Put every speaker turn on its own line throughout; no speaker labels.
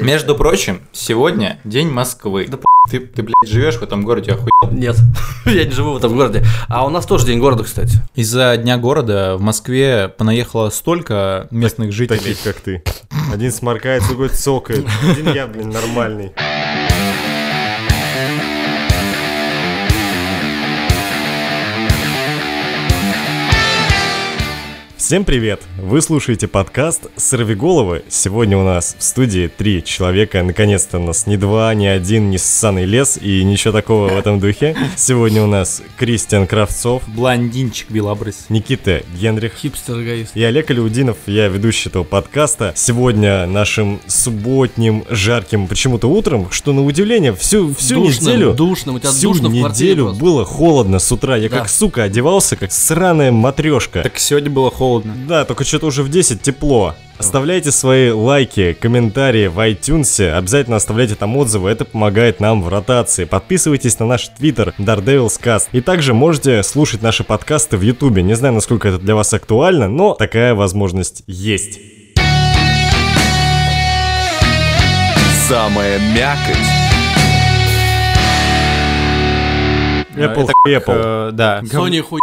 Между прочим, сегодня день Москвы. Да, ты, ты, блядь, живешь в этом городе, охуел.
Нет, я не живу в этом городе. А у нас тоже день города, кстати.
Из-за Дня города в Москве понаехало столько местных жителей.
Таких, как ты. Один сморкает, другой цокает. Один я, блин, нормальный. Всем привет! Вы слушаете подкаст «Сорвиголовы». Сегодня у нас в студии три человека. Наконец-то у нас не два, не один, не ссаный лес и ничего такого в этом духе. Сегодня у нас Кристиан Кравцов,
Блондинчик белобрыс.
Никита Генрих
Хипстер-эгоист.
и Олег Алиудинов. Я ведущий этого подкаста. Сегодня нашим субботним, жарким, почему-то утром, что на удивление, всю, всю
Душным,
неделю...
душным, у тебя
всю
душно в квартире
неделю
просто.
было холодно с утра. Я
Да.
как сука одевался, как сраная матрешка.
Так сегодня было холодно.
Да, только что-то уже в 10 тепло. Оставляйте свои лайки, комментарии в iTunes, обязательно оставляйте там отзывы, это помогает нам в ротации. Подписывайтесь на наш твиттер DaredevilsCast. И также можете слушать наши подкасты в Ютубе. Не знаю, насколько это для вас актуально, но такая возможность есть.
Самая мякоть.
Apple,
Это
хуй Apple.
Э, да.
Sony хуй.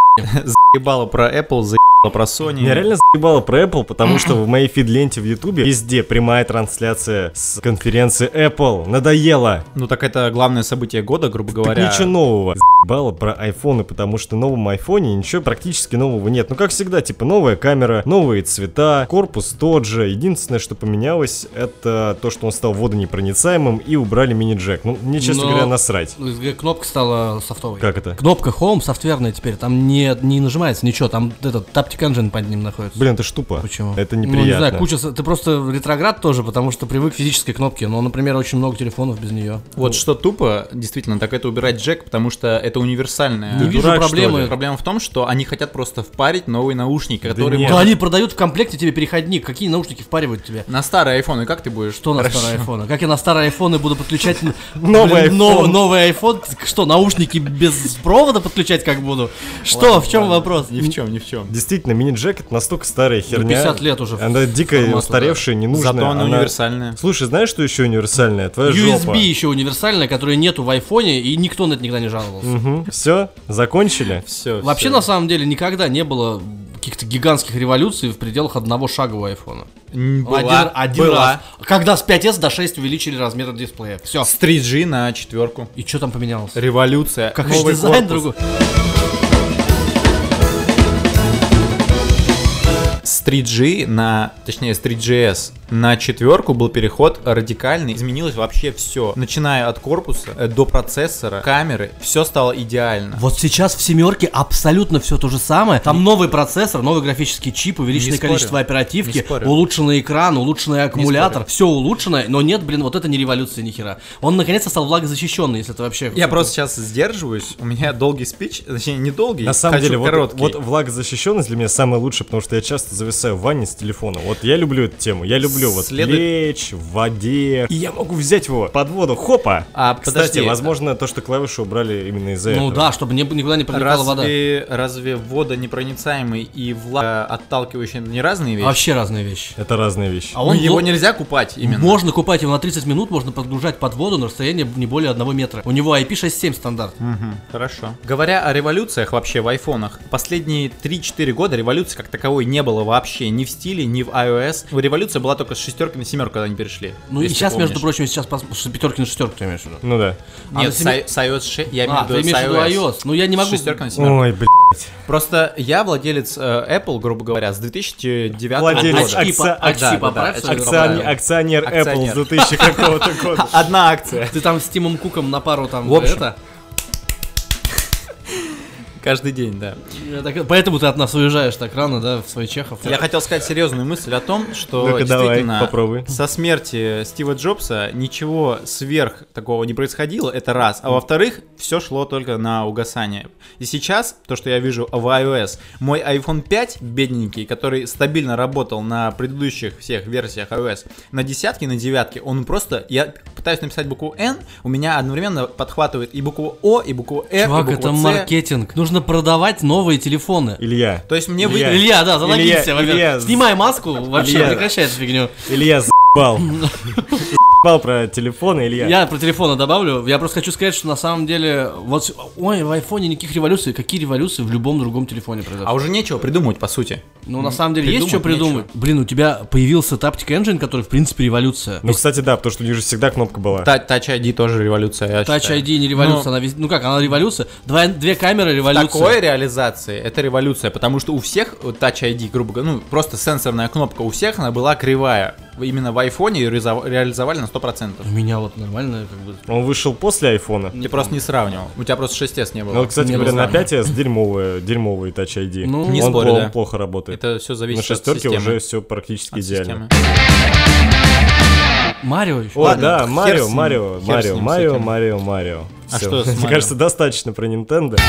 Заебало про Apple, заебало про Sony.
Меня реально заебало про Apple, потому что в моей фид-ленте в Ютубе везде прямая трансляция с конференции Apple. Надоело.
Ну так это главное событие года, грубо говоря.
Так ничего нового. Заебало про айфоны, потому что в новом айфоне ничего практически нового нет. Ну, как всегда, типа новая камера, новые цвета, корпус тот же. Единственное, что поменялось, это то, что он стал водонепроницаемым и убрали мини-джек. Ну, мне, честно
Но-
говоря, насрать.
Ну, из- Кнопка стала софтовой.
Как это?
Кнопка Home софтверная теперь, там не, не нажимается ничего, там этот Taptic Engine под ним находится.
Блин, это ж тупо.
Почему?
Это
Ну, не
неприятно.
знаю, куча... с- Ты просто ретроград тоже, потому что привык к физической кнопке, но, например, очень много телефонов без нее.
Вот что тупо, действительно, так это убирать джек, потому что это универсальная
Не вижу
дурак, что ли?
проблемы.
Проблема в том, что они хотят просто впарить новый наушник, который
нет.
можно-
Да они продают в комплекте тебе переходник, какие наушники впаривают тебе?
На старый iPhone, и как ты будешь?
Что на старые айфоны? Как я на старые айфоны буду подключать
Новый
Блин, нов-
iPhone.
новый айфон? Что, наушники без провода подключать как буду? Что, в чем вопрос?
Ни в чем, ни в чем.
Действительно, мини-джек это настолько старая херня.
50 лет уже
Она дико
формату, да.
устаревшая, ненужная.
Зато она универсальная.
Слушай, знаешь, что еще универсальное? Твоя жопа.
USB еще универсальная, которой нету в айфоне, и никто на это никогда не жаловался.
Все, закончили?
Все.
Вообще, на самом деле, никогда не было каких-то гигантских революций в пределах одного шага у айфона. один один раз. Когда с 5s до 6 увеличили размер дисплея. Все.
С 3G на четверку.
И что там поменялось?
Революция.
Как
Новый
дизайн
корпус.
другой.
С 3G на, точнее, с 3GS на четверку был переход радикальный. Изменилось вообще все. Начиная от корпуса э, до процессора, камеры. Все стало идеально.
Вот сейчас в семерке абсолютно все то же самое. Там новый процессор, новый графический чип, увеличенное
Не спорю.
количество
Не
оперативки,
спорю.
улучшенный экран, улучшенный аккумулятор. Все улучшенное, но нет, блин, вот это не революция ни хера. Он наконец-то стал влагозащищенный, если это вообще.
Я просто сейчас сдерживаюсь. У меня долгий спич, точнее, не долгий,
На самом
хочу
деле, вот,
короткий.
вот влагозащищенность для меня самая лучшая, потому что я часто зависаю в ванне с телефона. Вот я люблю эту тему. Я люблю вот
Следует-
лечь в воде. И я могу взять его под воду. Хопа!
А,
Кстати,
подожди.
возможно, то, что клавиши убрали именно из-за
Ну
этого.
да, чтобы не- никуда не проникала вода.
Разве, разве водонепроницаемый и влага отталкивающий не разные
А
вещи?
Вообще разные вещи.
Это разные вещи.
А
Ну, его
ло-
нельзя купать именно.
Можно купать его на 30 минут, можно подгружать под воду на расстояние не более 1 метра. У него IP67 стандарт.
Хорошо. Говоря о революциях вообще в айфонах, последние 3-4 года революции как таковой не было вообще ни в стиле, ни в iOS. Революция была только с шестерки на семерку, когда они перешли.
Ну и
если
сейчас,
помнишь.
между прочим, сейчас пос- пятерки на шестерку ты имеешь в виду.
Ну да.
а на
Нет, с
семи-
i- с iOS 6, я
А,
имею в
ты
виду
имеешь
с
в виду
iOS.
iOS. Ну я не могу.
Шестерка на семерку.
Ой, блядь.
Просто я владелец э, Apple, грубо говоря, с 2009
Владелец
года.
Очки по-
акци-
очки
акци-
поправь
да,
свои,
акци-
акционер,
поправь.
акционер Apple
Акционер.
с 2000 какого-то года.
Одна акция.
Ты там с Тимом Куком на пару там
В общем.
это.
Каждый день, да.
Я так- Поэтому ты от нас уезжаешь так рано, да, в свой Чехов.
Я хотел сказать серьезную мысль о том, что
Ну-ка, давай,
действительно
попробуй.
со смерти Стива Джобса ничего сверх такого не происходило, это раз. А во-вторых, все шло только на угасание. И сейчас, то, что я вижу в iOS, мой iPhone 5 бедненький, который стабильно работал на предыдущих всех версиях iOS, на десятке, на девятке, он просто, я пытаюсь написать букву N, у меня одновременно подхватывает и букву О, и букву Р, и
Чувак,
букву
это
Ц.
маркетинг. Нужно продавать новые телефоны.
Илья.
То есть мне
Илья,
вы...
Илья, да, залогинься.
Илья,
во-первых.
Илья,
Снимай маску, вообще
Илья.
прекращай эту фигню.
Илья заебал. ебал про телефоны, Илья.
Я про телефоны добавлю. Я просто хочу сказать, что на самом деле, вот, ой, в айфоне никаких революций. Какие революции в любом другом телефоне произошли?
А уже нечего придумывать, по сути.
А
Ну, на самом деле, есть что
придумать
придумать. Блин, у тебя появился Taptic Engine, который, в принципе, революция.
Ну, кстати, да, потому что у них же всегда кнопка была.
Та- Touch ID тоже революция, я
Touch
считаю.
ID не революция, она везде- Ну как, она революция. Два- две камеры революция.
Такой реализации это революция, потому что у всех вот, Touch ID, грубо говоря, ну просто сенсорная кнопка у всех она была кривая. Именно в айфоне ее реза- реализовали на 100%.
У меня вот нормально, как бы.
Он вышел после айфона.
Ты просто не сравнивал. У тебя просто 6S не было.
Ну, вот, кстати
Не
говоря, на
знаю.
5S дерьмовая, дерьмовый Touch ID.
Ну,
он,
Не спорю,
плохо-
да.
плохо работает.
Это все
на
зависит от
шестерке
системы.
уже все практически
От
идеально.
системы.
Марио еще.
О,
Ладно,
да,
хер с
Марио,
ним,
Марио,
хер с
Марио,
ним с
Марио,
этим.
Марио, Марио.
А
Всё.
что с
Мне
Марио?
кажется, достаточно про Nintendo.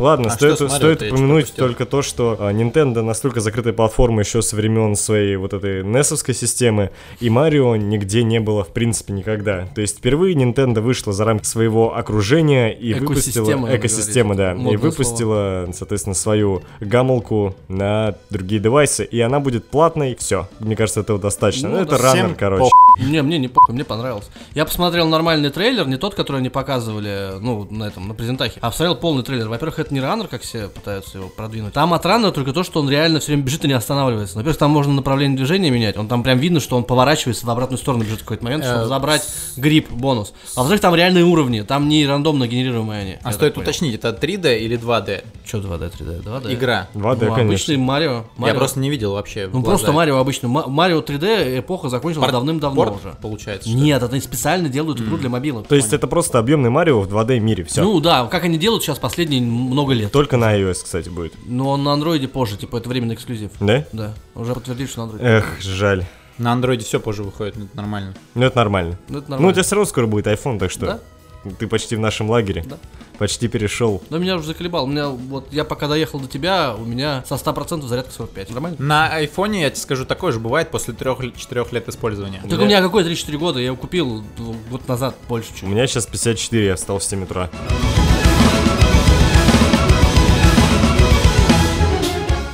Ладно,
А
стоит,
что с Марио-то
стоит
я
упомянуть
что пропустил?
только то, что а, Nintendo настолько закрытая платформа еще со времен своей вот этой NES-овской системы, и Марио нигде не было в принципе никогда. То есть впервые Nintendo вышла за рамки своего окружения и
Экосистема,
выпустила...
она
Экосистема, да.
говорит.
И
Модное
выпустила
слово.
выпустила, соответственно, свою гамолку на другие девайсы, и она будет платной. Все, мне кажется, этого достаточно. Ну,
Ну,
это
да,
раннер,
всем
короче.
пох-
Не, мне не похуй, мне понравилось. Я посмотрел нормальный трейлер, не тот, который они показывали, ну, на этом, на презентахе, а посмотрел полный трейлер. Во-первых, это не раннер, как все пытаются его продвинуть. Там от раннера только то, что он реально все время бежит и не останавливается. Во-первых, там можно направление движения менять. Он там прям видно, что он поворачивается в обратную сторону бежит в какой-то момент,
Э,
чтобы забрать грип, бонус. А во-вторых, там реальные уровни, там не рандомно генерируемые они.
А стоит уточнить, это 3D или 2D
Что 2D, 3D, 2D?
игра?
2D,
Ну,
конечно.
обычный Марио.
Я
Марио.
просто не видел вообще. в
Ну
глаза.
просто Марио обычно. Ма- Марио 3D эпоха закончилась
Порт-
давным-давно
порт,
уже.
Получается. что ли?
Нет, это они специально делают игру для мобилок.
То есть это просто объемный Марио в 2D мире, все.
Ну да, как они делают сейчас последние много лет.
Только на iOS, кстати, будет.
Но он на андроиде позже, типа это временный эксклюзив.
Да?
Да, уже подтвердили, что на андроиде.
Эх, жаль.
На андроиде все позже выходит, ну, это нормально.
Ну это нормально.
Ну это
Ну у
нормально.
тебя все равно скоро будет iPhone, так что.
Да.
Ты почти в нашем лагере.
Да.
Почти перешел.
Но меня уже заколебал. У меня вот я пока доехал до тебя, у меня со 100% зарядка 45. Нормально?
На айфоне, я тебе скажу, такое же бывает после 3-4 лет использования.
Так у меня какой 3-4 года, я его купил дв- год назад больше,
У
чем.
меня сейчас 54, я встал в 7 утра.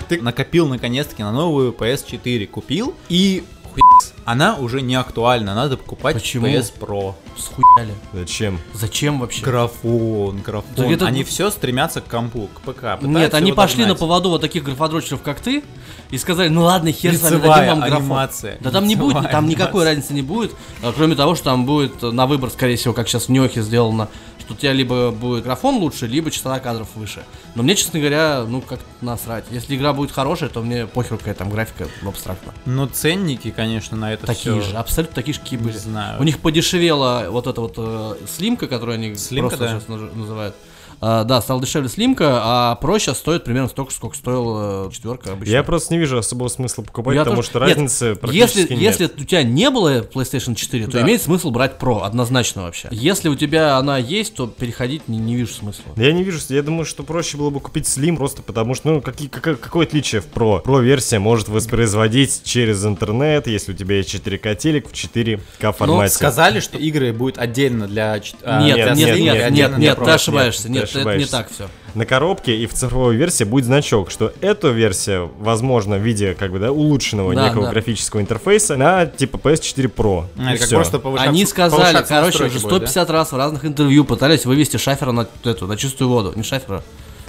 Ты накопил наконец-таки на новую PS4, купил и хуй, она уже не актуальна, надо покупать
Почему?
PS Pro.
Схуяли.
Зачем?
Зачем вообще?
Графон,
Так
графон.
это-
Они все стремятся к компу, к ПК.
Нет,
пытаются
они
его
пошли на
догнать.
поводу вот таких графодрочеров, как ты, и сказали, ну ладно, хер с вами,
Лицевая
дадим вам графон.
анимация.
Да там не
Лицевая
будет, там никакой
анимация.
разницы не будет, а, кроме того, что там будет э, на выбор, скорее всего, как сейчас в Нёхе сделано, что у тебя либо будет графон лучше, либо частота кадров выше. Но мне, честно говоря, ну как насрать. Если игра будет хорошая, то мне похер какая там графика абстрактно.
Но ценники, конечно, на это
такие
всё.
же, абсолютно такие же, какие были.
знаю.
У них подешевела вот эта вот э, слимка, которую они
Слимка,
просто
да.
сейчас наж- называют. А, да, стала дешевле слимка, а про сейчас стоит примерно столько, же, сколько стоила э, четверка обычно.
Я просто не вижу особого смысла покупать,
Я
потому
тоже-
что
Нет,
разницы практически
если,
нет.
если у тебя не было PlayStation 4, то
Да.
имеет смысл брать Pro, однозначно вообще. Если у тебя она есть, то переходить не, не вижу смысла.
Я не вижу, я думаю, что проще было бы купить Slim просто потому что, ну, какие, какое, какое отличие в Pro? Pro версия может воспроизводить через интернет, если у тебя есть 4К телек в
Ну,
4К формате.
Сказали, что игры будут отдельно для... чит- а,
нет,
для
нет, нет,
слимки,
нет,
отдельно
нет,
для
ты
Pro.
ошибаешься,
Нет,
нет,
ты
это не
ошибаешься.
так все.
На коробке и в цифровой версии будет значок, что эту версию, возможно, в виде как бы да, улучшенного
Да,
некого
да.
графического интерфейса на типа PS4 Pro.
А,
И
как
всё.
просто повышаться-
Они сказали,
повышаться
короче,
настройки
уже
будет, да?
150 раз в разных интервью пытались вывести Шафера на эту, на чистую воду. Не Шафера,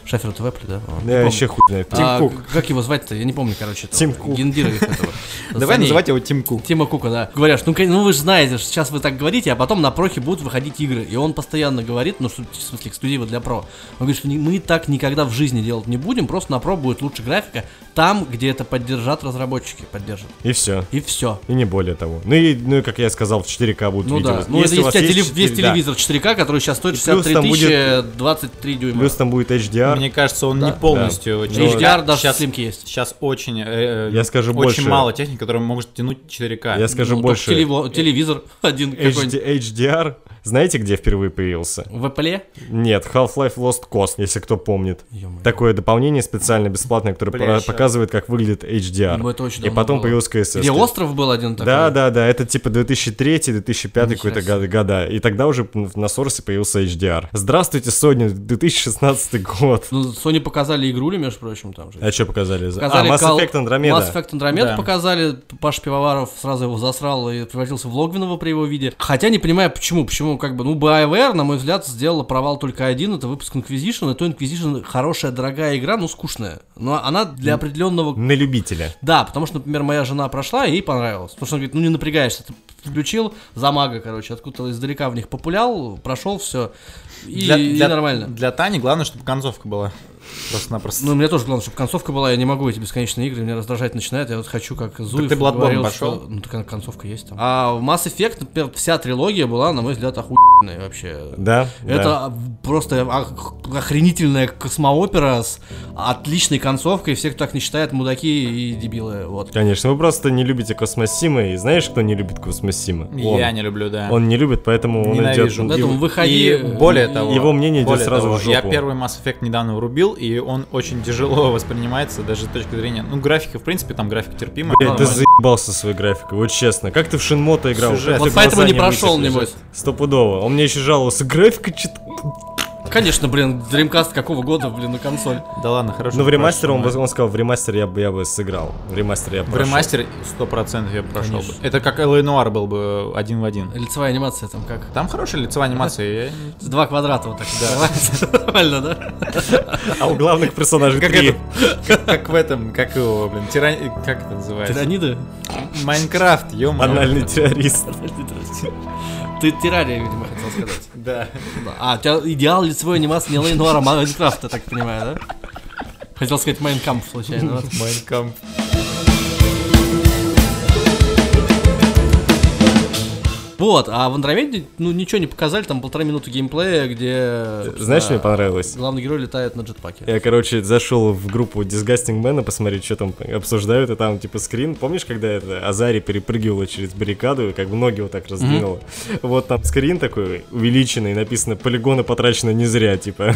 Шафера ТВ, да? А, Не
Я
помню.
вообще хуй знает. Тим
А,
Кук.
к- Как его звать-то? Я не помню, короче. этого.
Тим Кук.
Гендира их этого.
Давай
Саней.
называть его Тим Кук.
Тима Кука, да. Говорят, ну, кон- ну вы же знаете, что сейчас вы так говорите, а потом на прохе будут выходить игры. И он постоянно говорит, ну, что, в смысле, эксклюзивы для про. Он говорит, что не- мы так никогда в жизни делать не будем, просто на про будет лучше графика там, где это поддержат разработчики, поддержат.
И все.
И все.
И не более того. Ну и, ну и как я сказал, в 4К будут
Ну
видео.
да, ну если,
у
у
вас
тебя
есть
телев- весь
4К, да.
телевизор 4К, который сейчас стоит
И плюс
63
там
тысячи 23 дюйма.
Плюс там будет HDR.
Мне кажется, он не
Да.
полностью...
Да.
HDR даже
Сейчас-
в Slim'ке есть.
Сейчас очень, э, э,
Я скажу
очень
больше.
мало техники, которая может тянуть 4К.
Я скажу
Ну, только
больше.
телево- телевизор один какой-нибудь.
HD HDR. Знаете, где впервые появился?
В Apple?
Нет, Half-Life Lost Cost, если кто помнит.
Ё-моё.
Такое дополнение специально бесплатное, которое
Бля,
про-
щас.
показывает, как выглядит HDR.
Ну, это очень
И
давно
потом
было.
появился КСС.
Где остров был один такой?
Да, да, да, это типа 2003-2005
Нихера
какой-то
себе.
года, года. И тогда уже на Сорсе появился HDR. Здравствуйте, Sony, 2016 год. Вот.
Ну, Sony показали игрули, между прочим, там же.
А что показали?
Показали
а, Mass
Call-
Effect Andromeda.
Mass Effect Andromeda
Да.
показали, Паш Пивоваров сразу его засрал и превратился в Логвинова при его виде. Хотя не понимаю, почему, почему, как бы, ну, BioWare, на мой взгляд, сделала провал только один, это выпуск Inquisition, и то Inquisition хорошая, дорогая игра, но скучная. Но она для определенного
На любителя.
да, потому что, например, моя жена прошла, и ей понравилось. Потому что она говорит, ну не напрягаешься, ты включил замага, короче, откуда-то издалека в них популял, прошел все, и, и нормально.
Для Тани главное, чтобы концовка была. Просто-напросто.
Ну, мне тоже главное, чтобы концовка была, я не могу эти бесконечные игры, меня раздражать начинает, я вот хочу, как Зуев
ты Bloodborne
говорил,
пошел?
что- Ну, так она- концовка есть там. А в Mass Effect, например, вся трилогия была, на мой взгляд, охуенная вообще.
Да. да.
Это просто ох- охренительная космоопера с отличной концовкой. Все, кто так не считает, мудаки и дебилы. Вот.
Конечно, вы просто не любите Космосимы, и знаешь, кто не любит Космосимы? Ну, Он.
Я не люблю, да.
Он не любит, поэтому он
Ненавижу.
идет...
Да, Поэтому
И-
выходи, э,
и более
и-
того,
его мнение идет
более
сразу в
Я
жопу.
первый Mass Effect недавно врубил, и он очень тяжело воспринимается, даже с точки зрения. Ну, графика, в принципе, там графика терпимая.
Блядь, ты
Нормально.
заебался своей графикой, вот честно. Как ты в Шинмото играл?
Сюжет.
Как
Вот
ты
поэтому
глаза
не прошел,
вытекли?
небось.
Стопудово. Он мне еще жаловался. Графика чит...
Конечно, блин, Dreamcast какого года, блин, на консоль.
Да ладно, хорошо.
Но в ремастере он,
прошел.
бы- он сказал, в ремастере я бы, я бы сыграл. В ремастере я бы
а? В
прошел.
ремастере 100% я бы прошел бы.
Конечно.
Это как L.A. Noir был бы э, один в один.
Лицевая анимация там как?
Там хорошая лицевая анимация. я-
Два квадрата вот так называется. Нормально, да?
А у главных персонажей
Как
три.
это- Как в этом, как его, блин, тиран- Как это называется?
Тираниды?
Майнкрафт, ё
Анальный террорист.
Ты террария, видимо, хотел сказать.
Да.
Да. А, у тебя идеал лицевой анимации не Лейн Нуара, а Майнкрафта, так понимаю, да? Хотел сказать Майнкамп случайно. да?
Майнкамп.
Вот, а в Андромеде, ну, ничего не показали, там полтора минуты геймплея, где... собственно,
Знаешь, мне Э. понравилось?
Главный герой летает на джетпаке.
Я, короче, зашел в группу Disgusting Man посмотреть, что там обсуждают, и там, типа, скрин. Помнишь, когда это Азари перепрыгивала через баррикаду, и как бы ноги вот так раздвинула? Вот там скрин такой увеличенный, написано «Полигоны потрачены не зря», типа.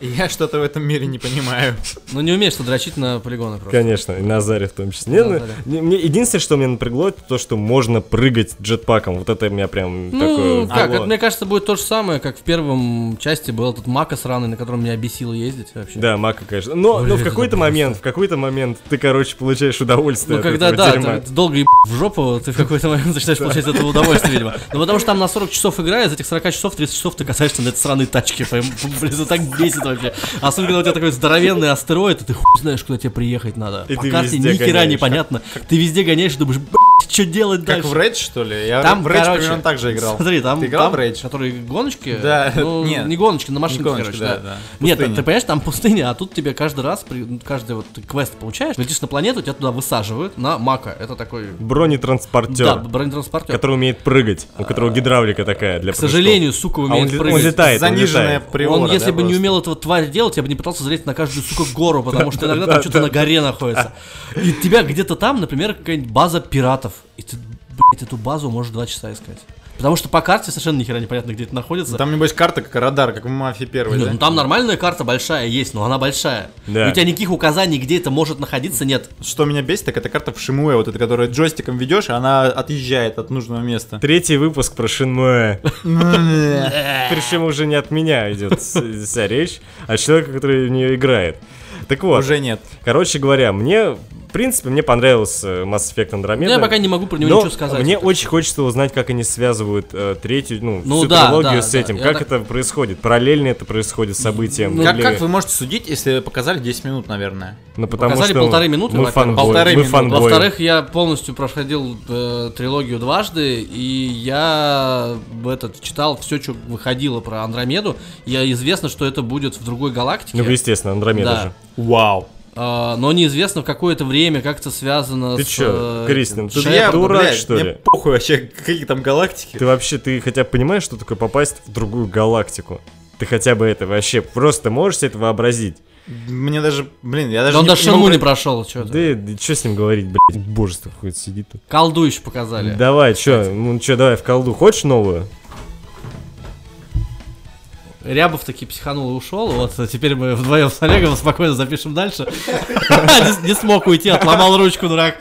Я что-то в этом мире не понимаю.
Ну, не умеешь ты дрочить на полигоны просто.
Конечно, и на Азаре в том числе. Не,
На
ну,
Азаре.
не- мне, единственное, что меня напрягло, это то, что можно прыгать джетпаком. Вот это меня прям
Ну,
такое...
как,
Вот.
это, мне кажется, будет то же самое, как в первом части был этот Мака сраный, на котором меня бесило ездить вообще.
Да, мака, конечно. Но,
Ой,
но в
это
какой-то
просто.
момент, в какой-то момент ты, короче, получаешь удовольствие
Ну,
от
когда,
этого
да,
дерьма.
ты, ты долго еб в жопу, ты в какой-то момент начинаешь получать от этого удовольствие, видимо. Ну, потому что там на 40 часов игра, из этих 40 часов 30 часов ты касаешься на этой сраной тачке. Прям, блин, это так бесит вообще. Особенно, когда у тебя такой здоровенный астероид, и ты хуй знаешь, куда тебе приехать надо.
И
По
ты
карте
везде
ни хера
гоняешь.
непонятно. Ты везде гоняешь и думаешь, что делать
Как
дальше?
в Рейдж, что ли? Я
Там,
в Рейдж
короче,
примерно так же играл.
Смотри, там,
Ты играл
там,
в Рейдж?
которые гоночки,
Да,
ну,
нет.
не гоночки, на машинке,
гоночки,
короче,
да,
да.
да.
Нет, ты,
Пустыня.
ты понимаешь, там пустыня, а тут тебе каждый раз, при- каждый вот ты квест получаешь, летишь на планету, тебя туда высаживают на мака, это такой...
Бронетранспортер.
Да, бронетранспортер.
который умеет прыгать, у которого гидравлика такая для
К сожалению, сука
а он,
умеет
ле- он
прыгать.
летает,
Заниженная
он летает.
приора,
Он,
да,
если бы не
просто.
умел этого тварь делать, я бы не пытался залезть на каждую, сука, гору, потому что иногда там что-то на горе находится. И тебя где-то там, например, какая-нибудь база пиратов. И ты, блядь, эту базу можешь два часа искать. Потому что по карте совершенно нихера непонятно, где это находится.
Там, небось, карта как радар, как в мафии первой,
Нет,
да?
ну там нормальная карта большая есть, но она большая.
Да.
И у тебя никаких указаний, где это может находиться, нет.
Что меня бесит, так это карта в Шимуэ, вот эта, которую джойстиком ведешь, и она отъезжает от нужного места.
Третий выпуск про Шинмуэ. Причем уже не от меня идет с- вся речь, а от человека, который в нее играет. Так вот,
Уже нет.
короче говоря, мне, в принципе, мне понравился Mass Effect Andromeda.
Ну, я пока не могу про него
но
ничего сказать.
мне очень хочется узнать, как они связывают э, третью, ну,
Ну
всю
да,
трилогию
да,
с
да.
этим.
Я
как
так-
это происходит? Параллельно это происходит с событием?
Ну,
Как,
или-
как вы можете судить, если показали 10 минут, наверное?
Ну, потому
Показали
что
полторы минуты,
мы
во-первых.
фанбой-
Полторы
мы
минуты.
фанбои.
Во-вторых, я полностью проходил э, трилогию дважды, и я в этот читал все, что выходило про Андромеду. Я известно, что это будет в другой галактике.
Ну, естественно, Андромеда
Да.
же.
Вау.
а, но неизвестно в какое-то время, как это связано
Ты
с. э,
чё, Кристин,
этим
ты
Шепардом.
я дурак, что
мне
ли?
похуй вообще, какие там галактики.
Ты вообще, ты хотя бы понимаешь, что такое попасть в другую галактику? Ты хотя бы это вообще просто можешь себе это вообразить?
Мне даже, блин, я даже
Да он
не-
даже
не могу
Шенму не прошел, что то
ну, Да, что с ним говорить, блядь, божество какое-то сидит тут.
Колду еще показали.
Давай, чё, ну чё, давай в колду. Хочешь новую?
Рябов таки психанул и ушел. Вот а теперь мы вдвоем с Олегом спокойно запишем дальше. Не- Не смог уйти, отломал ручку, дурак.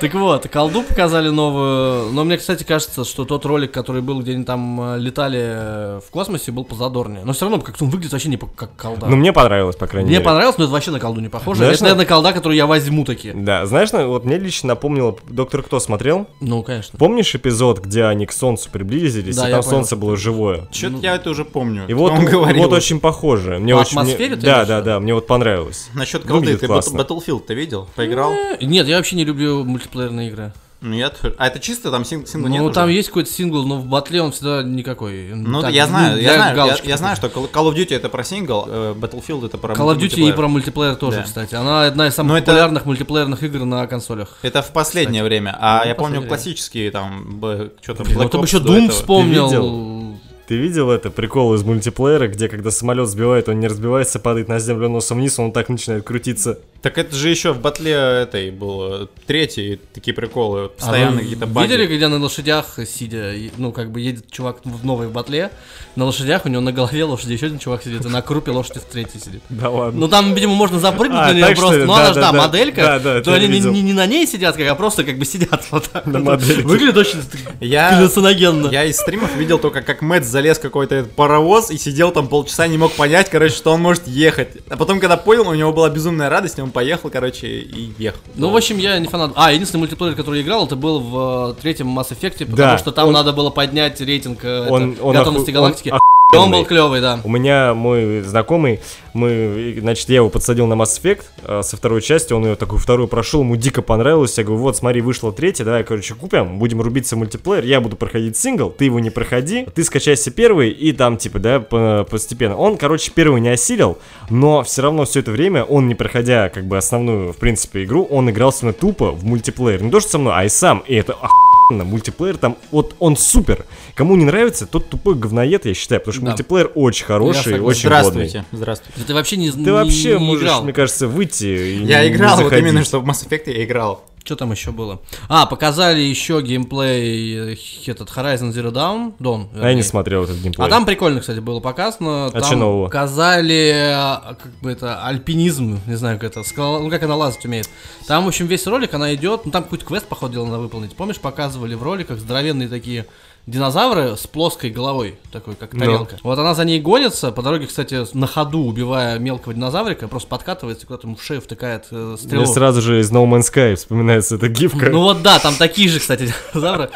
Так вот, колду показали новую. Но мне, кстати, кажется, что тот ролик, который был, где они там э, летали э, в космосе, был позадорнее. Но все равно как-то он выглядит вообще не по- как колда.
Ну, мне понравилось, по крайней
Мне
мере.
понравилось, но это вообще на колду не похоже.
Знаешь, ну-
это, наверное, колда, которую я возьму таки.
Да, знаешь, ну, вот мне лично напомнило, Доктор Кто смотрел?
Ну, конечно.
Помнишь эпизод, где они к Солнцу приблизились,
Да,
и
я
там
понял.
Солнце было живое?
Что-то
ну.
я это уже помню.
И вот,
он говорил.
вот очень похоже. Мне
По
очень, мне-
атмосфере ты
да,
имеешь в
да,
виду?
да, мне вот понравилось.
Насчет колды,
Выглядит
ты
классно.
Battlefield ты видел? Поиграл?
Э, Нет, я вообще не люблю мультиплеерные игры.
Нет. А это чисто там синг- сингл
Ну,
нет
там
уже?
есть какой-то сингл, но в батле он всегда никакой.
Ну,
Так,
я знаю,
ну,
я
для
знаю, я-
галочки
я знаю,
такой.
что Call Call of Duty это про сингл, э, Battlefield это про типа
Call of Duty и
мультиплеер.
про мультиплеер тоже,
Да.
кстати. Она одна из
Но
самых
это-
популярных мультиплеерных игр на консолях.
Это в последнее время. А
Ну,
я
в
помню
последнее
классические там что-то
Блин, вот ты А бы еще Doom вспомнил.
Ты видел это прикол из мультиплеера, где когда самолет сбивает, он не разбивается, падает на землю носом вниз, он так начинает крутиться.
Так это же еще в батле этой был э, третий такие приколы,
А
постоянно
вы
какие-то баги.
Видели, где на лошадях, сидя, и- ну, как бы едет чувак в новой батле, на лошадях, у него на голове лошади, еще один чувак сидит, и на крупе лошади в третий сидит.
Да ладно.
Ну там, видимо, можно запрыгнуть
А,
на нее
так что
просто.
ли?
ну она
Да,
же, да,
да, да.
моделька.
Да, да, это
то
я
они не,
видел.
не- не на ней сидят, как, а просто как бы сидят вот так.
На
Это
модельке.
Выглядит очень
Я,
галлюциногенно.
А, я из стримов видел только, как Мэтт залез в какой-то этот паровоз и сидел там полчаса, не мог понять, короче, что он может ехать. А потом, когда понял, у него была безумная радость, и он поехал, короче, и ехал.
Ну, в общем, я не фанат. А, единственный мультиплеер, который я играл, это был в э, третьем Mass Effect, потому
Да,
что там надо было поднять рейтинг э,
Он-
это,
он
готовности
оху-
галактики.
он
И он был
охуенный.
клевый, да.
У меня мой знакомый, мы, и, значит, я его подсадил на Mass Effect э, со второй части, он ее такую вторую прошел, ему дико понравилось, я говорю, вот, смотри, вышла третья, давай, короче, купим, будем рубиться в мультиплеер, я буду проходить сингл, ты его не проходи, ты скачайся первый, и там, типа, да, по- постепенно. Он, короче, первый не осилил, но все равно все это время он, не проходя, как бы, основную, в принципе, игру, он играл со мной тупо в мультиплеер, не то, что со мной, а и сам, и это охуенно. мультиплеер там, вот он супер. Кому не нравится, тот тупой говноед, я считаю, потому что
Да.
мультиплеер очень хороший хороший,
Я согласен.
очень
здравствуйте,
годный.
здравствуйте.
Ты вообще не
Ты вообще можешь,
играл.
мне кажется, выйти и
Я
не- не
играл, вот
заходить.
именно что в Mass Effect я играл.
Что там еще было? А, показали еще геймплей э, этот Horizon Zero Dawn, Dawn.
А я
вернее.
не смотрел этот геймплей.
А там прикольно, кстати, было показано.
А
там
чё нового?
Показали, а, как бы это, альпинизм, не знаю, как это, скала- ну как она лазать умеет. Там, в общем, весь ролик, она идет, ну там какой-то квест, походу, дело надо выполнить. Помнишь, показывали в роликах здоровенные такие динозавры с плоской головой, такой, как тарелка. Вот она за ней гонится, по дороге, кстати, на ходу, убивая мелкого динозаврика, просто подкатывается, и куда-то ему в шею втыкает э, стрелу.
Мне сразу же из No Man's Sky вспоминается эта гифка.
Ну вот да, там такие же, кстати, динозавры.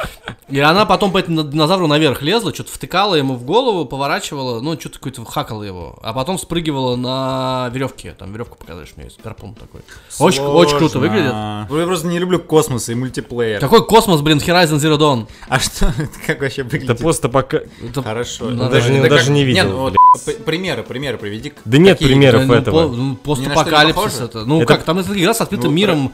И она потом по этому динозавру наверх лезла, что-то втыкала ему в голову, поворачивала, ну, что-то какое-то хакала его. А потом спрыгивала на веревке. Там веревку показываешь мне есть. Гарпун такой. Очень, очень круто выглядит.
Сложно. Ну, Я просто не люблю космос и мультиплеер.
Какой космос, блин, Horizon Zero Dawn.
А что, это как вообще
Это
выглядит?
просто пока...
Это-
Хорошо.
Ну,
Ну,
даже
да
не- даже не видел,
ну, вот, п- примеры, примеры приведи. к-
Да нет
какие-
примеров
ну, по-
этого.
ну,
Ни на
Постапокалипсис
что не
это. Ну
Это-
как, там это игра со открытым
Ну,
миром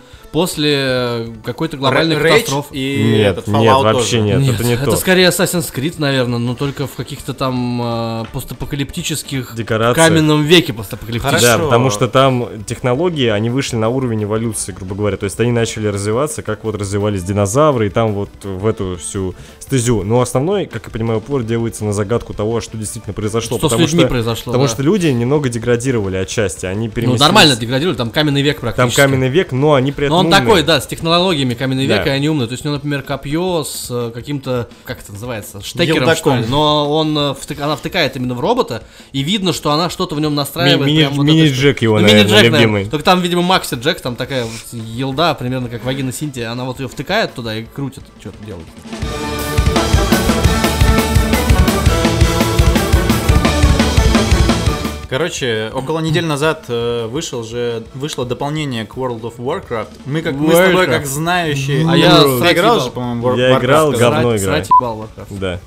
после какой-то глобальной
Р- Rage
катастрофы.
и
Нет,
этот
нет,
Fallout
вообще
тоже.
нет, это не то.
скорее Assassin's Creed, наверное, но только в каких-то там э, постапокалиптических
Декорации.
каменном веке Ну, постапокалиптических.
Да,
Хорошо.
потому что там технологии, они вышли на уровень эволюции, грубо говоря. То есть они начали развиваться, как вот развивались динозавры, и там вот в эту всю стезю. Но основной, как я понимаю, упор делается на загадку того, что действительно произошло.
Что с
потому
людьми
что-
произошло,
Потому
да.
что люди немного деградировали отчасти, они
Ну,
переместились.
нормально деградировали, там каменный век
Там
практически.
каменный век, но они при этом
Но он
умные.
такой, да, с технологиями каменный век,
Да.
и они умные. То есть у него, например, копье с э, каким-то, как это называется, штекером, что
Елдаком.
ли. Но он, э, втык- она втыкает именно в робота, и видно, что она что-то в нем
Ми-
настраивает.
мини-
прям вот это что-
Мини-джек его,
Ну,
наверное,
мини-джек, наверное.
любимый.
Только там, видимо, Макси Джек, там такая вот елда, примерно как вагина Синтия, она вот ее втыкает туда и крутит, что-то делает.
Короче, около недели назад э, вышел же вышла дополнение к World of Warcraft. Мы как мы с тобой
Warcraft.
как знающие.
А я
Ты
срать
играл
ебал.
же, по-моему, War-
Я
Warcraft,
играл,
сказал?
говно
Срать-
играет.
срать ебал, Warcraft.
Да.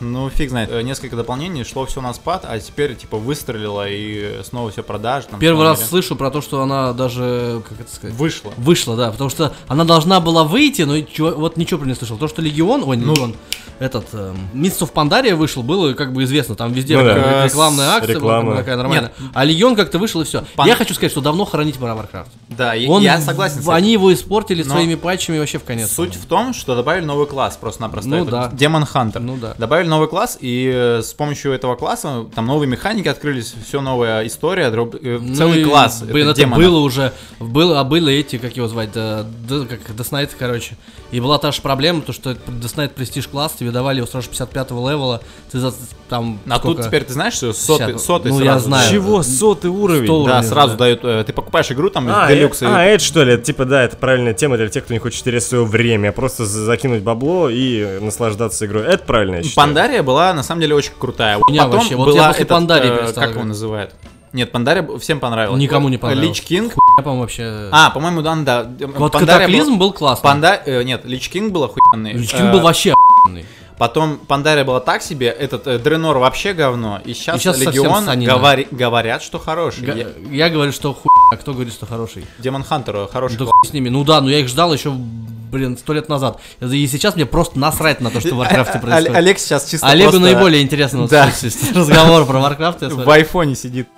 Ну фиг знает. Э, Несколько дополнений шло все на спад, а теперь типа выстрелило и снова все продаж. там,
Первый раз
снова-
слышу про то, что она даже, как это сказать,
вышло.
Ну.
Вышла, да, потому что она должна была выйти, но и чё- вот ничего про неё не слышал. То, что Легион, ой, не Легион, этот эм, Mists of Pandaria вышел, было как бы известно, там везде
Ну да.
рек-
Э,
рекламная акция
реклама.
была такая нормальная. А Легион как-то вышел и все.
Пан-
Я хочу сказать, что давно хоронить пора Warcraft.
Да, и-
Он-
я согласен с этим.
Они его испортили
Но-
своими патчами вообще в конец.
Суть в том, что добавили новый класс просто-напросто.
Ну
Это
да.
Демон Хантер.
Ну да.
Добавили новый класс, и э, с помощью этого класса там новые механики открылись, все новая история, дроб- э,
Ну
целый
и,
класс.
Блин, это
демонов.
было уже. Было, а были эти, как его звать, да, да, как Деснайт, короче. И была та же проблема, то, что Деснайт престиж класс, тебе давали его сразу 55-го левела, ты за там.
А
сколько?
тут теперь ты знаешь, что сотый,
50.
сотый
Ну,
сразу.
я знаю.
Чего? Сотый уровень?
Сто
Да,
уровней,
сразу
да.
дают. э, Ты покупаешь игру там
А,
из делюкса.
э- а, это что ли? Это типа, да, это правильная тема для тех, кто не хочет терять свое время, а просто за- закинуть бабло и наслаждаться игрой. Это правильно,
Ну,
я считаю.
Пандария была на самом деле очень крутая.
Хуйня
Потом
вообще. Вот я
была
после
этот,
Пандарии
э,
перестал
Как его
играть.
называют? Нет, Пандария б- всем понравилась.
Никому не
Э,
понравилась.
Лич Кинг.
Я, по-моему, вообще.
А, по-моему, да, да.
вот
Пандария
катаклизм
была-
был классный.
Панда... э, Нет, Лич Кинг был охуенный.
Лич
Э,
Кинг был вообще охуенный.
Потом Пандария была так себе, этот э, Дренор вообще говно. И сейчас,
И щас совсем
Легион
санина.
говори- говорят, что хороший.
Га-
Я-
Я говорю, что хуй, а кто говорит, что хороший?
Демон Хантер э, хороший.
Да
класс.
хуй с ними. Ну да, но я их ждал еще, блин, сто лет назад. И сейчас мне просто насрать на то, что в
Э,
Варкрафте
э,
происходит.
Олег сейчас чисто
Олегу
просто
наиболее интересно вот
Да.
слушать разговор про Warcraft. я смотрю.
В айфоне сидит.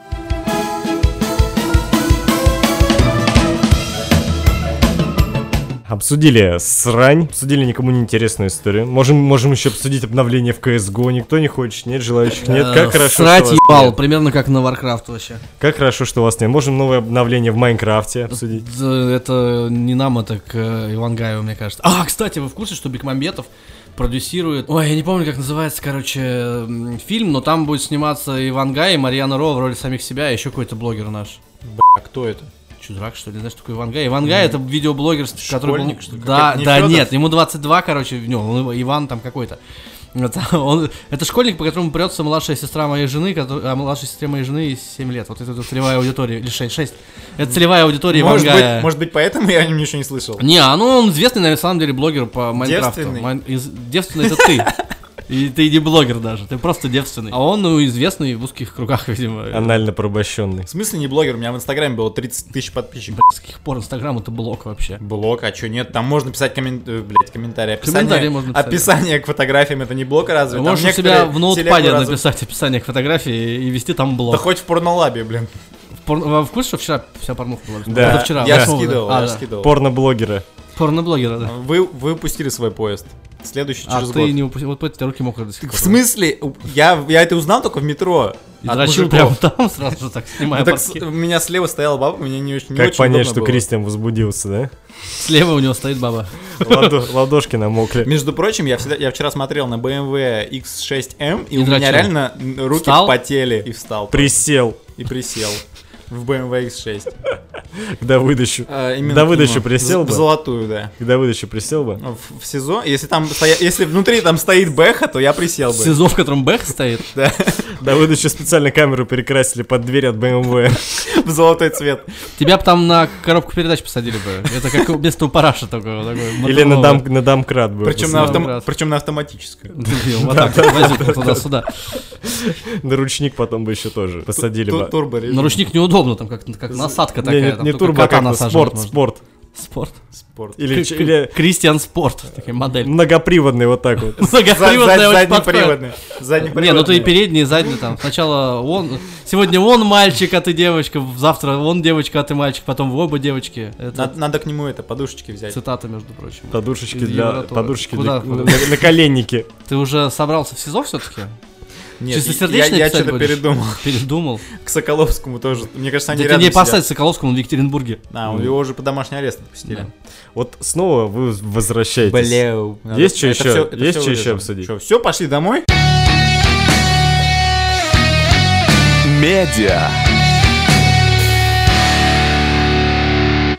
Обсудили срань, обсудили никому неинтересную историю. Можем, можем еще обсудить обновление в CSGO. Никто не хочет, нет желающих, нет.
Э,
Как хорошо, что
Срать
вас
ебал,
нет.
примерно как на Warcraft вообще.
Как хорошо, что у вас нет. Можем новое обновление в Майнкрафте обсудить.
Д- Это не нам, это к э, Ивангаеву, мне кажется. А, кстати, вы в курсе, что Бекмамбетов продюсирует... Ой, я не помню, как называется, короче, м, фильм, но там будет сниматься Ивангай и Марьяна Ро в роли самих себя, и еще какой-то блогер наш.
Б***ь, кто это?
Чудрак, что ли, знаешь, такой Ивангай. Ивангай это видеоблогер, с- который был...
Школьник, что ли?
Да,
Как не
да,
Фёдор?
нет, ему 22, короче, в нем, он Ив- Иван там какой-то. Вот, он- это школьник, по которому прется младшая сестра моей жены, кото- а младшей сестре моей жены 7 лет. Вот это вот целевая аудитория, или 6, 6. Это целевая аудитория
Может
Ивангая.
быть, может быть, поэтому я о нем ничего не слышал.
Не, а ну он известный, на самом деле, блогер по Майнкрафту.
Девственный?
Майн- из- Девственный это ты. И ты не блогер даже, ты просто девственный. А он, ну, известный в узких кругах, видимо.
Анально порабощенный.
В смысле не блогер? У меня в Инстаграме было 30 тысяч подписчиков.
С каких пор Инстаграм это блог вообще?
Блог, а чё нет? Там можно писать коммен... э, блядь, комментарии. Описание,
Комментарии можно писать,
описание к фотографиям это не блог, а разве? Там
Можешь у
некоторые
себя в ноутпаде
телегу раз-
написать описание к фотографии и вести там
Да
блог.
хоть в порнолабе, блин.
В пор- а, В курсе, что вчера вся порнуха была?
Да.
Это вчера.
я же
восьмого, да?
скидывал,
А,
я же
да.
скидывал.
Порноблогеры.
Порноблогера, да.
Вы, вы упустили свой поезд. Следующий
А
через
ты
год.
не упустил, вот эти руки мокрые до сих
В
пор.
смысле? Я, я это узнал только в метро.
И
от
дрочил прямо
мужиков.
там сразу же так, снимая
Ну, так с-
портки.
у меня слева стояла баба, мне не очень не
Как
очень
понять,
удобно
что
было.
Кристиан возбудился,
Слева у него стоит баба.
да? Ладо- Ладошки намокли.
Между прочим, я, всегда, я вчера смотрел на BMW X6M, и,
И
у меня
дрочил.
реально м, руки
Встал?
потели. И встал.
Присел
И присел. В BMW X6.
когда выдачу.
А, именно
Да
к
выдачу
нему.
присел
В-
бы?
В золотую, да.
Когда выдачу присел бы.
В, в СИЗО, если там стоя... если внутри там стоит Бэха, то я присел бы.
СИЗО, в котором Бэх стоит.
Да выдачу специально камеру перекрасили под дверь от BMW.
В золотой цвет.
Тебя бы там на коробку передач посадили бы. Это как вместо параша такого. такой
Или на,
мотового.
дам, на дамкрат бы.
Причем на,
посадил.
автом-
Раз.
Причем на автоматическую.
Дебил, вот так вот возюкал туда-сюда.
На ручник потом бы еще тоже посадили
Ту-
бы.
Турбо режим.
На ручник неудобно, там как, как насадка
Не,
Типа такая.
не,
там
не
только
турбо,
кота
а как-то
насаживать
спорт,
можно.
спорт.
Спорт.
Спорт.
Или,
Кри-
или
Кристиан Спорт, такая модель.
многоприводный вот так вот.
Заготриванная очень подходит.
Заднеприводный. Заднеприводный.
Не, ну ты и передний, и задний там. Сначала он... Сегодня он мальчик, а ты девочка. Завтра он девочка, а ты мальчик. Потом вы оба девочки. Это
Надо, надо к нему это, подушечки взять.
цитата, между прочим.
Подушечки
Из
для...
Евротура.
Подушечки
Куда?
для... на- Наколенники.
Ты уже собрался в СИЗО все-таки?
Нет, я,
Чистосердечный
я
писать
что-то
будешь?
передумал.
Передумал.
К Соколовскому тоже. Мне кажется,
Да
они
ты
рядом
не
сидят.
посадь Соколовскому, он в Екатеринбурге.
А, он его уже по домашний арест отпустили.
Вот снова вы возвращаетесь.
Бля,
Есть чё ещё? Есть чё ещё обсудить?
все, пошли домой?
Медиа.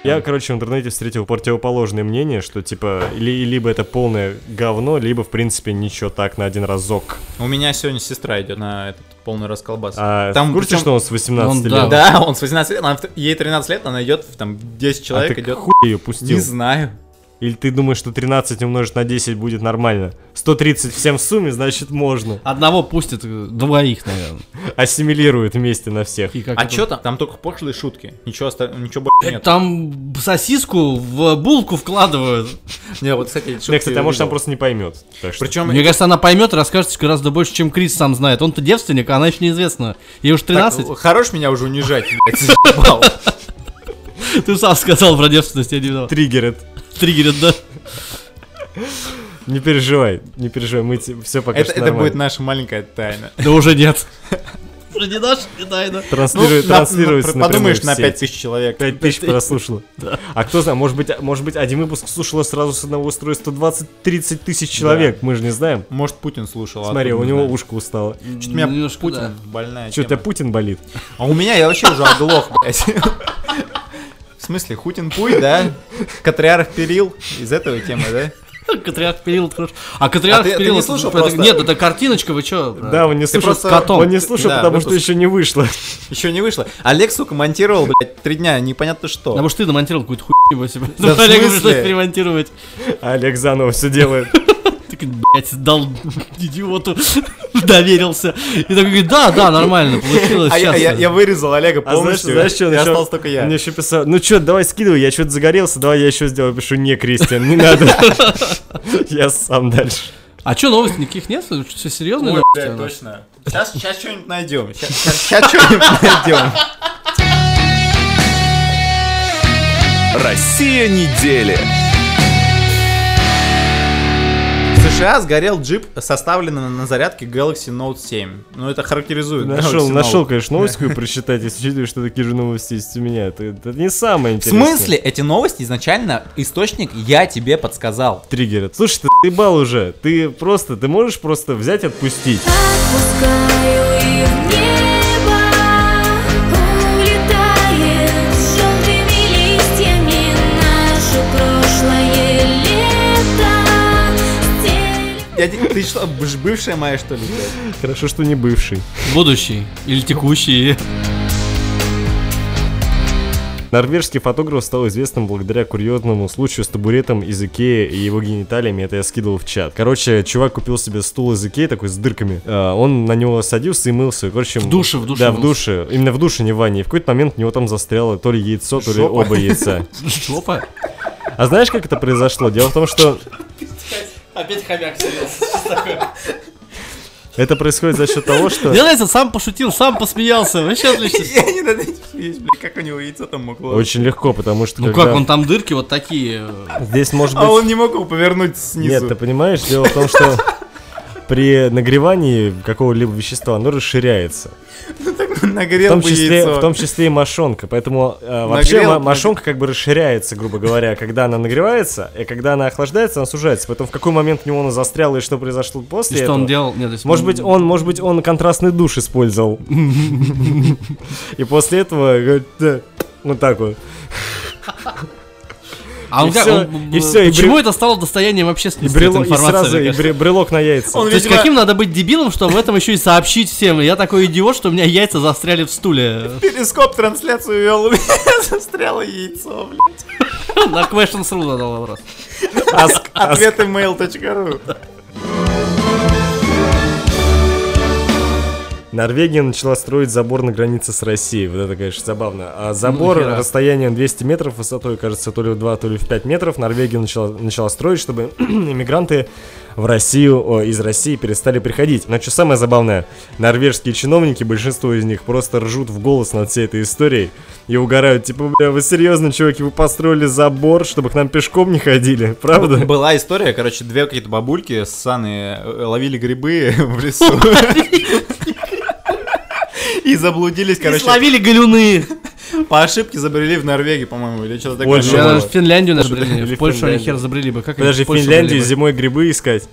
Я, короче, в интернете встретил противоположное мнение, что типа ли- либо это полное говно, либо в принципе ничего так на один разок.
У меня сегодня сестра идет на этот полный расколбас.
А
Там
в курсе,
причём-
что он с 18
Он,
лет?
да.
Да, он с 18 лет, она в- ей 13 лет, она идет, в, там 10
А
человек
ты
идет.
хуй ее пустил.
Не знаю.
Или ты думаешь, что 13 умножить на 10 будет нормально? 130 всем в сумме, значит можно.
Одного пустит, э, двоих, наверное.
Ассимилирует вместе на всех.
И как
А
это-
чё там? Там только пошлые шутки. Ничего оста- ничего б***ь, нет.
Там сосиску в булку вкладывают.
Не, вот, кстати, эти шутки
Не, кстати, а
я
может там
видел.
просто не поймет. Так что...
Причем
Мне кажется, она поймет и расскажет гораздо больше, чем Крис сам знает. Он-то девственник, а она еще неизвестна. Ей уж 13.
Так, хорош меня уже унижать, блядь, заебал.
Ты сам сказал про девственность, я не знал.
триггерит.
Триггерит, да?
Не переживай, не переживай, мы все пока
Это
что
это будет
нормально.
наша маленькая тайна.
Да уже нет. Уже не наш, не тайна.
Ну, на-
Транслиру- Транслируется
на- Подумаешь, на
напрямую в сеть.
5000 человек.
5000 прослушало. А кто знает, может быть, а- может быть, один выпуск слушало сразу с одного устройства 20-30 тысяч человек, мы же не знаем.
Может, Путин слушал.
Смотри, у него ушко устало.
Что-то меня
Немножко,
Путин
да.
больная
Че, у тебя
тема.
Путин болит?
А у меня я вообще уже оглох, блядь. В смысле, Хутин Пуй, да? Катряров Перил из этого темы, да?
Катриарх Перил хорош. А Катриарх
А ты- ты не
Перил-
слушал
это-
просто?
Нет, это картиночка, вы чё?
Да, он не слушал.
просто-
котом.
Он не слушал,
Да, ну,
потому что
выпуск.
еще не вышло.
Еще не вышло. Олег, сука, монтировал, блядь, три дня, непонятно что.
Потому что ты намонтировал какую-то хуйню себе. Ну,
Да в
Олегу
смысле?
пришлось перемонтировать.
А Олег заново все делает.
Так, блядь, дал идиоту, доверился. И такой говорит, да, да, нормально, получилось.
А я,
сейчас.
я- я вырезал Олега
А знаешь,
полностью.
знаешь, что он
и
еще-
остался только я.
Мне еще писал, ну что, давай скидывай, я что-то загорелся, давай я еще сделаю, пишу, не, Кристиан, не надо. Я сам дальше.
А чё, новостей никаких нет? Все серьезно?
Ой, блядь, точно. Сейчас, сейчас что-нибудь найдем. Сейчас, что-нибудь найдем.
Россия недели.
В США сгорел джип, составленный на зарядке Galaxy Note 7. Ну, это характеризует.
Нашел,
Galaxy
нашел,
Note.
конечно, новость какую прочитать, если учитывая, что такие же новости есть у меня. Это, это не самое
В
интересное.
смысле? Эти новости изначально источник я тебе подсказал.
Триггерит. Слушай, ты заебал уже. Ты просто, ты можешь просто взять и отпустить.
Отпускаю и в небо улетает желтыми листьями наше прошлое лето.
Я те- ты что, бж- бывшая моя, что ли? блядь?
Хорошо, что не бывший.
Будущий или текущий.
Норвежский фотограф стал известным благодаря курьезному случаю с табуретом из Икеи и его гениталиями. Это я скидывал в чат. Короче, чувак купил себе стул из Икеи, такой с дырками. Э, Он на него садился и мылся. Короче, в
душе, в душе
Да, в
мылся.
душе. Именно в душе, не в ванне. И в какой-то момент у него там застряло то ли яйцо, то ли
Жопа.
оба яйца.
Жопа.
А знаешь, как это произошло? Дело в том, что
Опять хомяк
это происходит за счет того, что...
Мне нравится, сам пошутил, сам посмеялся. Вообще отлично.
Я не над этим смеюсь, блядь, как у него яйцо там могло.
Очень легко, потому что...
Ну
когда-
как, он там дырки вот такие. э,
Здесь может быть...
А он не мог его повернуть снизу.
Нет, ты понимаешь, дело в том, что при нагревании какого-либо вещества оно расширяется. В
Нагрел
том
бы
числе,
яйцо.
в том числе и мошонка. Поэтому э, вообще
Нагрел,
мо-
наг-
мошонка как бы расширяется, грубо говоря, когда она нагревается, и когда она охлаждается, она сужается. Поэтому в какой момент у него она застряла и что произошло
И
после
что он
этого?
делал? Нет, то есть
Может быть, он, может быть, он контрастный душ использовал. И после этого говорит, «Да». вот так вот.
А он
и
как?
всё,
он-
и всё, и
Почему
брю-
это стало достоянием
И,
общественности? эта
брело- и
информация,
сразу
мне
и
кажется?
бре- брелок на яйца.
Он
То есть
Видимо-
каким надо быть дебилом, чтобы об этом еще и сообщить всем? Я такой идиот, что у меня яйца застряли в стуле.
Перископ трансляцию вел, у меня застряло яйцо, блядь.
На questions.ru задал вопрос.
Аск- аск-
Ответы mail.ru.
Норвегия начала строить забор на границе с Россией. Вот это, конечно, забавно. А забор
нахера?
расстоянием 200 метров, высотой, кажется, то ли в 2, то ли в 5 метров, Норвегия начала, начала строить, чтобы иммигранты в Россию, о, из России перестали приходить. Но что самое забавное, норвежские чиновники, большинство из них, просто ржут в голос над всей этой историей и угорают. Типа, бля, вы серьезно, чуваки, вы построили забор, чтобы к нам пешком не ходили, правда?
Была история, короче, две какие-то бабульки ссаны э, ловили грибы в лесу. И заблудились,
И
короче,
словили галюны.
по ошибке забрели в Норвегию, по-моему, или что-то такое. Ну,
Польша.
было.
Я даже в Финляндию, наверное, забрели.
Или
В Польшу они
Финляндию.
хер забрели бы. Как они
Подожди,
в Польшу
Финляндию
забрели бы?
зимой грибы искать.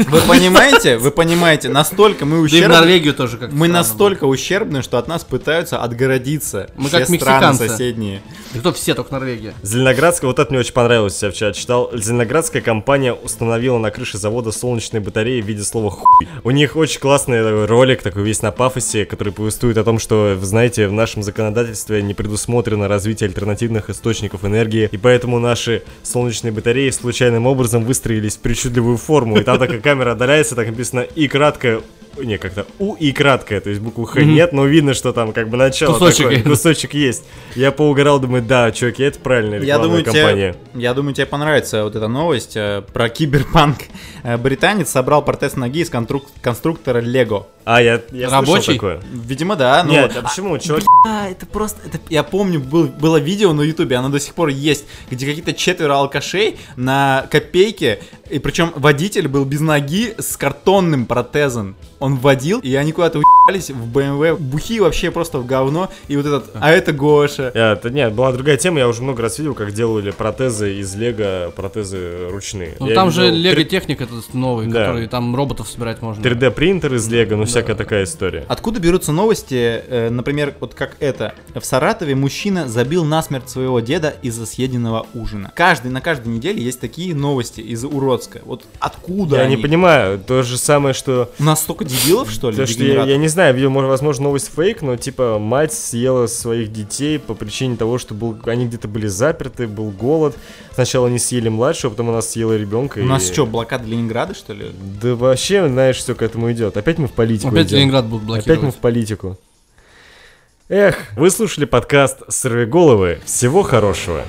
Вы понимаете? Вы понимаете, настолько мы
Да и в
ущербны.
Норвегию тоже как-то
Мы
странно
настолько ущербны, что от нас пытаются отгородиться
Мы
все
как
страны
мексиканцы.
соседние.
было. Да кто все, только Норвегия.
Зеленоградская, вот это мне очень понравилось, я вчера читал. Зеленоградская компания установила на крыше завода солнечные батареи в виде слова «хуй». У них очень классный такой ролик, такой весь на пафосе, который повествует о том, что, вы знаете, в нашем законодательстве не предусмотрено развитие альтернативных источников энергии, и поэтому наши солнечные батареи случайным образом выстроились в причудливую форму. И там такая камера отдаляется, так написано «и» краткое не, как-то У и краткое, то есть букву Х нет, но видно, что там как бы начало
Кусочек.
такое, кусочек есть. Я поугорал, думаю, да, чуваки, это правильно,
Я думаю,
компания.
тебе, я думаю, тебе понравится вот эта новость э, про киберпанк. Э, Британец собрал протез ноги из конструк- конструктора Лего.
А, я, я
Рабочий?
слышал такое.
Видимо, да. Ну,
Нет,
вот.
а почему, чувак?
А, это просто, это- я помню, был- было видео на ютубе, оно до сих пор есть, где какие-то четверо алкашей на копейке, и причем водитель был без ноги с картонным протезом. Он водил, и они куда-то уебались в БМВ, бухи вообще просто в говно, и вот этот, а это Гоша.
А, Это, нет, была другая тема, я уже много раз видел, как делали протезы из лего, протезы ручные.
Ну
Я
там
видел
же Лего техника этот новый,
Да.
который там роботов собирать можно.
3D принтер из лего, ну всякая такая история.
Откуда берутся новости, э, например, вот как это? В Саратове мужчина забил насмерть своего деда из-за съеденного ужина. Каждый, на каждой неделе есть такие новости из Уродска. Вот откуда
я
они?
не понимаю, то же самое, что...
У нас столько дебилов, что ли,
То, что я,
дегенератов?
я не знаю, видел, может, возможно, новость фейк, но типа мать съела своих детей по причине того, что был, они где-то были заперты, был голод. Сначала они съели младшего, потом она съела ребенка.
У нас что, блокада Ленинграда, что ли?
Да вообще, знаешь, все к этому идет. Опять мы в политику
Опять
идем.
Ленинград будут
Опять мы
блокировать.
в политику. Эх, вы слушали подкаст «Сорвиголовы». Всего хорошего.